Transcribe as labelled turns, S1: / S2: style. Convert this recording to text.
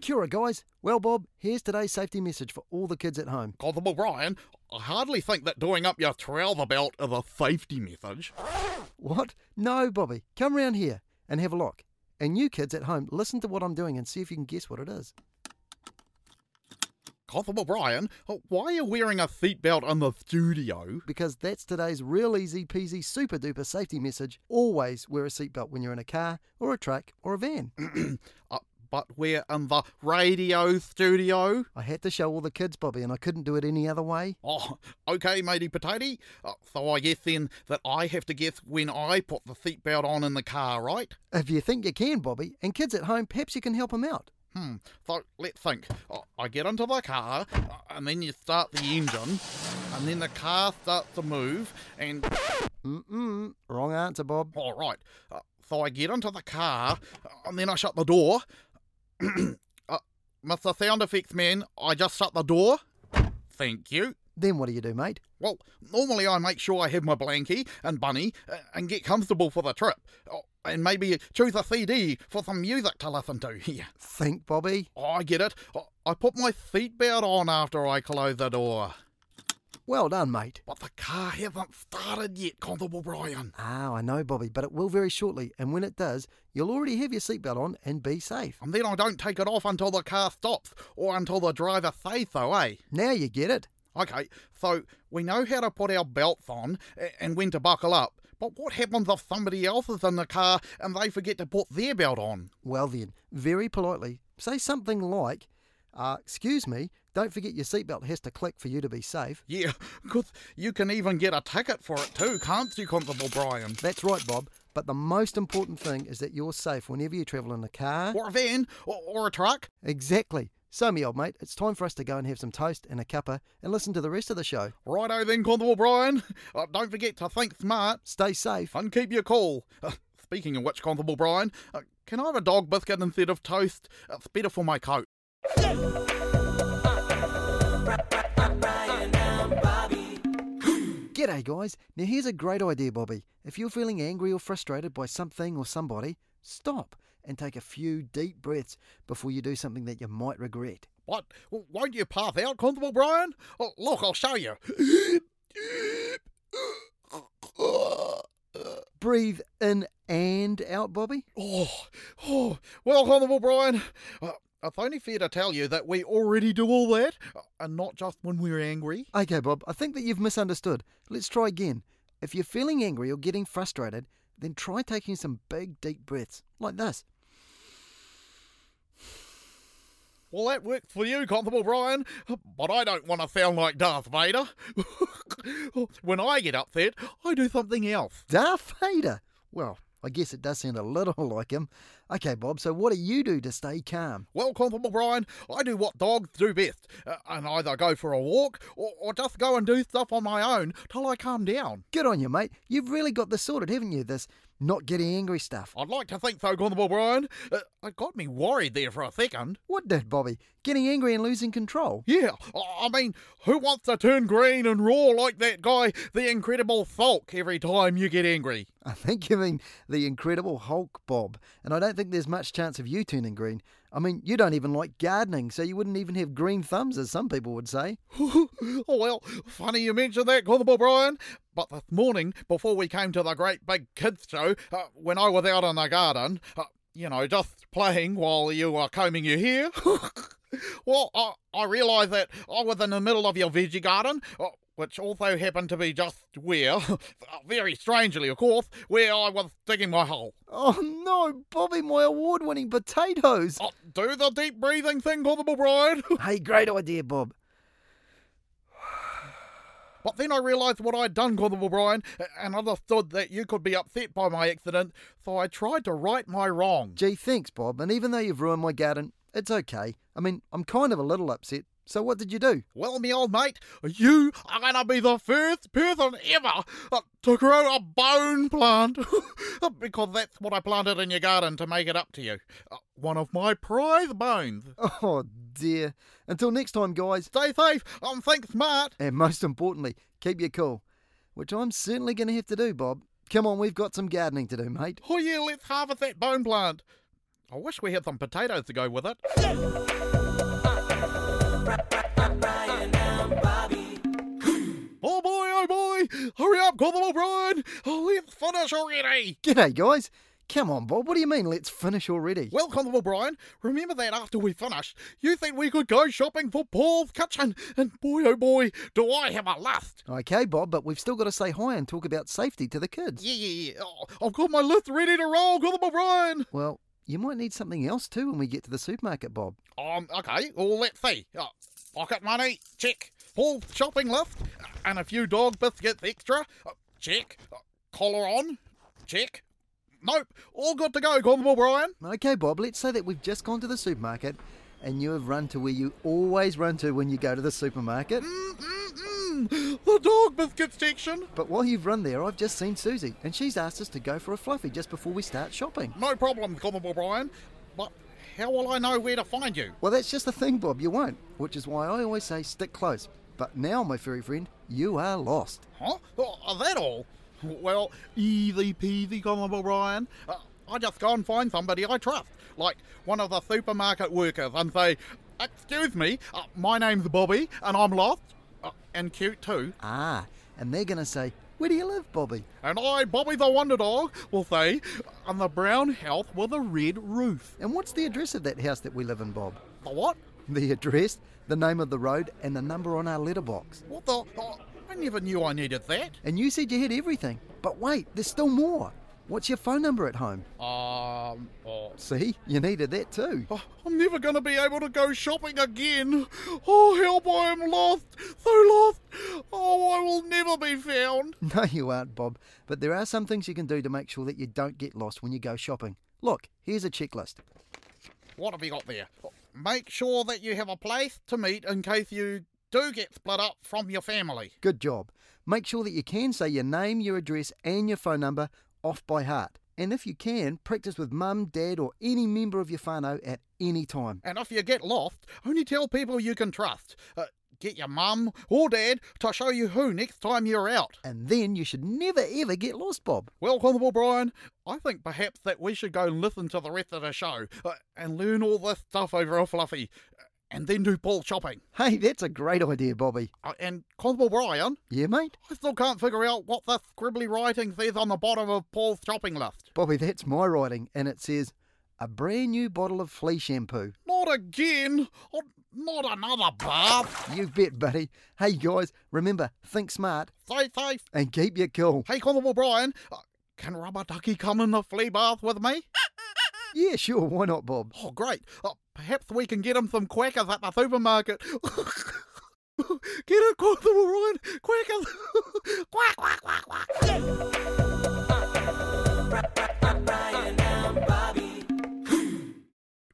S1: Kia ora, guys. Well, Bob, here's today's safety message for all the kids at home.
S2: Gotham O'Brien, I hardly think that doing up your trouser belt is a safety message.
S1: What? No, Bobby. Come round here and have a look. And you kids at home, listen to what I'm doing and see if you can guess what it is.
S2: Gotham O'Brien, why are you wearing a seatbelt in the studio?
S1: Because that's today's real easy peasy super duper safety message. Always wear a seatbelt when you're in a car or a truck or a van.
S2: Uh, but we're in the radio studio.
S1: I had to show all the kids, Bobby, and I couldn't do it any other way.
S2: Oh, okay, matey potato. Uh, so I guess then that I have to guess when I put the seatbelt on in the car, right?
S1: If you think you can, Bobby, and kids at home, perhaps you can help them out.
S2: Hmm. So let's think. I- I get into the car, uh, and then you start the engine, and then the car starts to move, and
S1: Mm-mm. Wrong answer, Bob.
S2: all right. Uh, so I get into the car, uh, and then I shut the door. uh, Mr. Sound Effects Man, I just shut the door. Thank you.
S1: Then what do you do, mate?
S2: Well, normally I make sure I have my blankie and bunny uh, and get comfortable for the trip. Oh, and maybe choose a CD for some music to listen to. Yeah,
S1: Think, Bobby.
S2: I get it. Uh, I- I put my seatbelt on after I close the door.
S1: Well done, mate.
S2: But the car hasn't started yet, Constable Brian.
S1: Ah, I know, Bobby, but it will very shortly, and when it does, you'll already have your seatbelt on and be safe.
S2: And then I don't take it off until the car stops or until the driver says so, eh?
S1: Now you get it.
S2: Okay, so we know how to put our belts on a- and when to buckle up. But what happens if somebody else is in the car and they forget to put their belt on?
S1: Well, then, very politely, say something like, uh, Excuse me, don't forget your seatbelt has to click for you to be safe.
S2: Yeah, 'cause you can even get a ticket for it too, can't you, Constable Brian?
S1: That's right, Bob, but the most important thing is that you're safe whenever you travel in a car.
S2: Or a van, or, or a truck.
S1: Exactly. So, me old mate, it's time for us to go and have some toast and a cuppa and listen to the rest of the show.
S2: Righto then, Constable Brian. Uh, don't forget to think smart
S1: Stay safe.
S2: and keep your cool. Uh, speaking of which, Constable Brian, uh, can I have a dog biscuit instead of toast? Uh, It's better for my coat.
S1: G'day, guys. Now, here's a great idea, Bobby. If you're feeling angry or frustrated by something or somebody, stop and take a few deep breaths before you do something that you might regret.
S2: What? W- Won't you pass out, Constable Brian? Oh, look, I'll show you.
S1: Breathe in and out, Bobby.
S2: Oh, oh, well, Constable Brian, uh, it's only fair to tell you that we already do all that, uh, and not just when we're angry.
S1: Okay, Bob, I think that you've misunderstood. Let's try again. If you're feeling angry or getting frustrated, then try taking some big, deep breaths, like this.
S2: Well, that worked for you, Constable Brian, but I don't want to sound like Darth Vader. when I get upset, I do something else.
S1: Darth Vader! Well, I guess it does sound a little like him. Okay, Bob, so what do you do to stay calm?
S2: Well, Constable Brian, I do what dogs do best, uh, and either go for a walk or, or just go and do stuff on my own till I calm down.
S1: Good on you, mate. You've really got this sorted, haven't you? This not getting angry stuff.
S2: I'd like to think so, Constable Brian. Uh, it got me worried there for a second.
S1: What did, Bobby? Getting angry and losing control?
S2: Yeah, I I mean, who wants to turn green and roar like that guy, the Incredible Hulk, every time you get angry?
S1: I think you mean the Incredible Hulk, Bob. And I don't think there's much chance of you turning green. I mean, you don't even like gardening, so you wouldn't even have green thumbs, as some people would say.
S2: oh, well, funny you mention that, Constable Brian. But this morning, before we came to the great big kids show, uh, when I was out in the garden, uh, you know, just playing while you were combing your hair, well, I, I realised that I was in the middle of your veggie garden, uh, which also happened to be just where, very strangely, of course, where I was digging my hole.
S1: Oh no, Bobby, my award winning potatoes!
S2: Uh, do the deep breathing thing, Constable Brian.
S1: Hey, great idea, Bob.
S2: But then I realised what I'd done, Constable Brian, and understood that you could be upset by my accident, so I tried to right my wrong.
S1: Gee, thanks, Bob. And even though you've ruined my garden, it's okay. I mean, I'm kind of a little upset. So what did you do?
S2: Well, me old mate, you are going to be the first person ever uh, to grow a bone plant, uh, because that's what I planted in your garden to make it up to you. Uh, One of my prize bones.
S1: Oh dear. Until next time, guys.
S2: Stay safe and think smart.
S1: And most importantly, keep your cool, which I'm certainly going to have to do, Bob. Come on, we've got some gardening to do, mate.
S2: Oh yeah, let's harvest that bone plant. I wish we had some potatoes to go with it. Oh boy, oh boy! Hurry up, Gordon O'Brien! Oh, let's finish already!
S1: G'day, guys. Come on, Bob. What do you mean, let's finish already?
S2: Well, Constable Brian, remember that after we finished, you think we could go shopping for Paul's kitchen, and boy oh boy, do I have a lust!
S1: Okay, Bob, but we've still got to say hi and talk about safety to the kids.
S2: Yeah, yeah, yeah. Oh, I've got my list ready to roll, Constable Brian!
S1: Well, you might need something else too when we get to the supermarket, Bob.
S2: Um, okay, well, let's see. Uh, pocket money, check. Paul's shopping list, uh, and a few dog biscuits extra, uh, check. Uh, collar on, check. Nope, all good to go, Constable Brian.
S1: Okay, Bob, let's say that we've just gone to the supermarket and you have run to where you always run to when you go to the supermarket.
S2: Mm, mm, mm. The dog biscuit section.
S1: But while you've run there, I've just seen Susie, and she's asked us to go for a fluffy just before we start shopping.
S2: No problem, Constable Brian. But how will I know where to find you?
S1: Well, that's just the thing, Bob, you won't, which is why I always say stick close. But now, my furry friend, you are lost.
S2: Huh? Oh, Are that all? Well, E easy peasy, Constable Brian. Uh, I just go and find somebody I trust, like one of the supermarket workers, and say, Excuse me, uh, my name's Bobby, and I'm lost, uh, and cute too.
S1: Ah, and they're going to say, Where do you live, Bobby?
S2: And I, Bobby the Wonder Dog, will say, I'm the brown house with a red roof.
S1: And what's the address of that house that we live in, Bob?
S2: The what?
S1: The address, the name of the road, and the number on our letterbox.
S2: What the? oh, I never knew I needed that.
S1: And you said you had everything. But wait, there's still more. What's your phone number at home?
S2: Um, oh,
S1: See, you needed that too.
S2: Oh, I'm never going to be able to go shopping again. Oh, help, I am lost. So lost. Oh, I will never be found.
S1: No, you aren't, Bob. But there are some things you can do to make sure that you don't get lost when you go shopping. Look, here's a checklist.
S2: What have you got there? Make sure that you have a place to meet in case you do get split up from your family.
S1: Good job. Make sure that you can say your name, your address, and your phone number off by heart. And if you can, practice with mum, dad, or any member of your whānau at any time.
S2: And if you get lost, only tell people you can trust. Uh, get your mum or dad to show you who next time you're out.
S1: And then you should never ever get lost, Bob.
S2: Well, Constable Brian, I think perhaps that we should go and listen to the rest of the show uh, and learn all this stuff over a fluffy uh, and then do ball shopping.
S1: Hey, that's a great idea, Bobby.
S2: Uh, and Constable Brian,
S1: Yeah, mate?
S2: I still can't figure out what the scribbly writing says on the bottom of Paul's shopping list.
S1: Bobby, that's my writing, and it says a brand new bottle of flea shampoo.
S2: Not again! Oh, not another bath!
S1: You bet, buddy. Hey, guys, remember, think smart
S2: Stay safe!
S1: and keep your cool.
S2: Hey, Constable Brian, uh, can Rubber Ducky come in the flea bath with me?
S1: Yeah, sure, why not, Bob?
S2: Oh, great. Uh, perhaps we can get him some quackers at the supermarket. get it, Constable Ryan. Quackers. quack, quack, quack.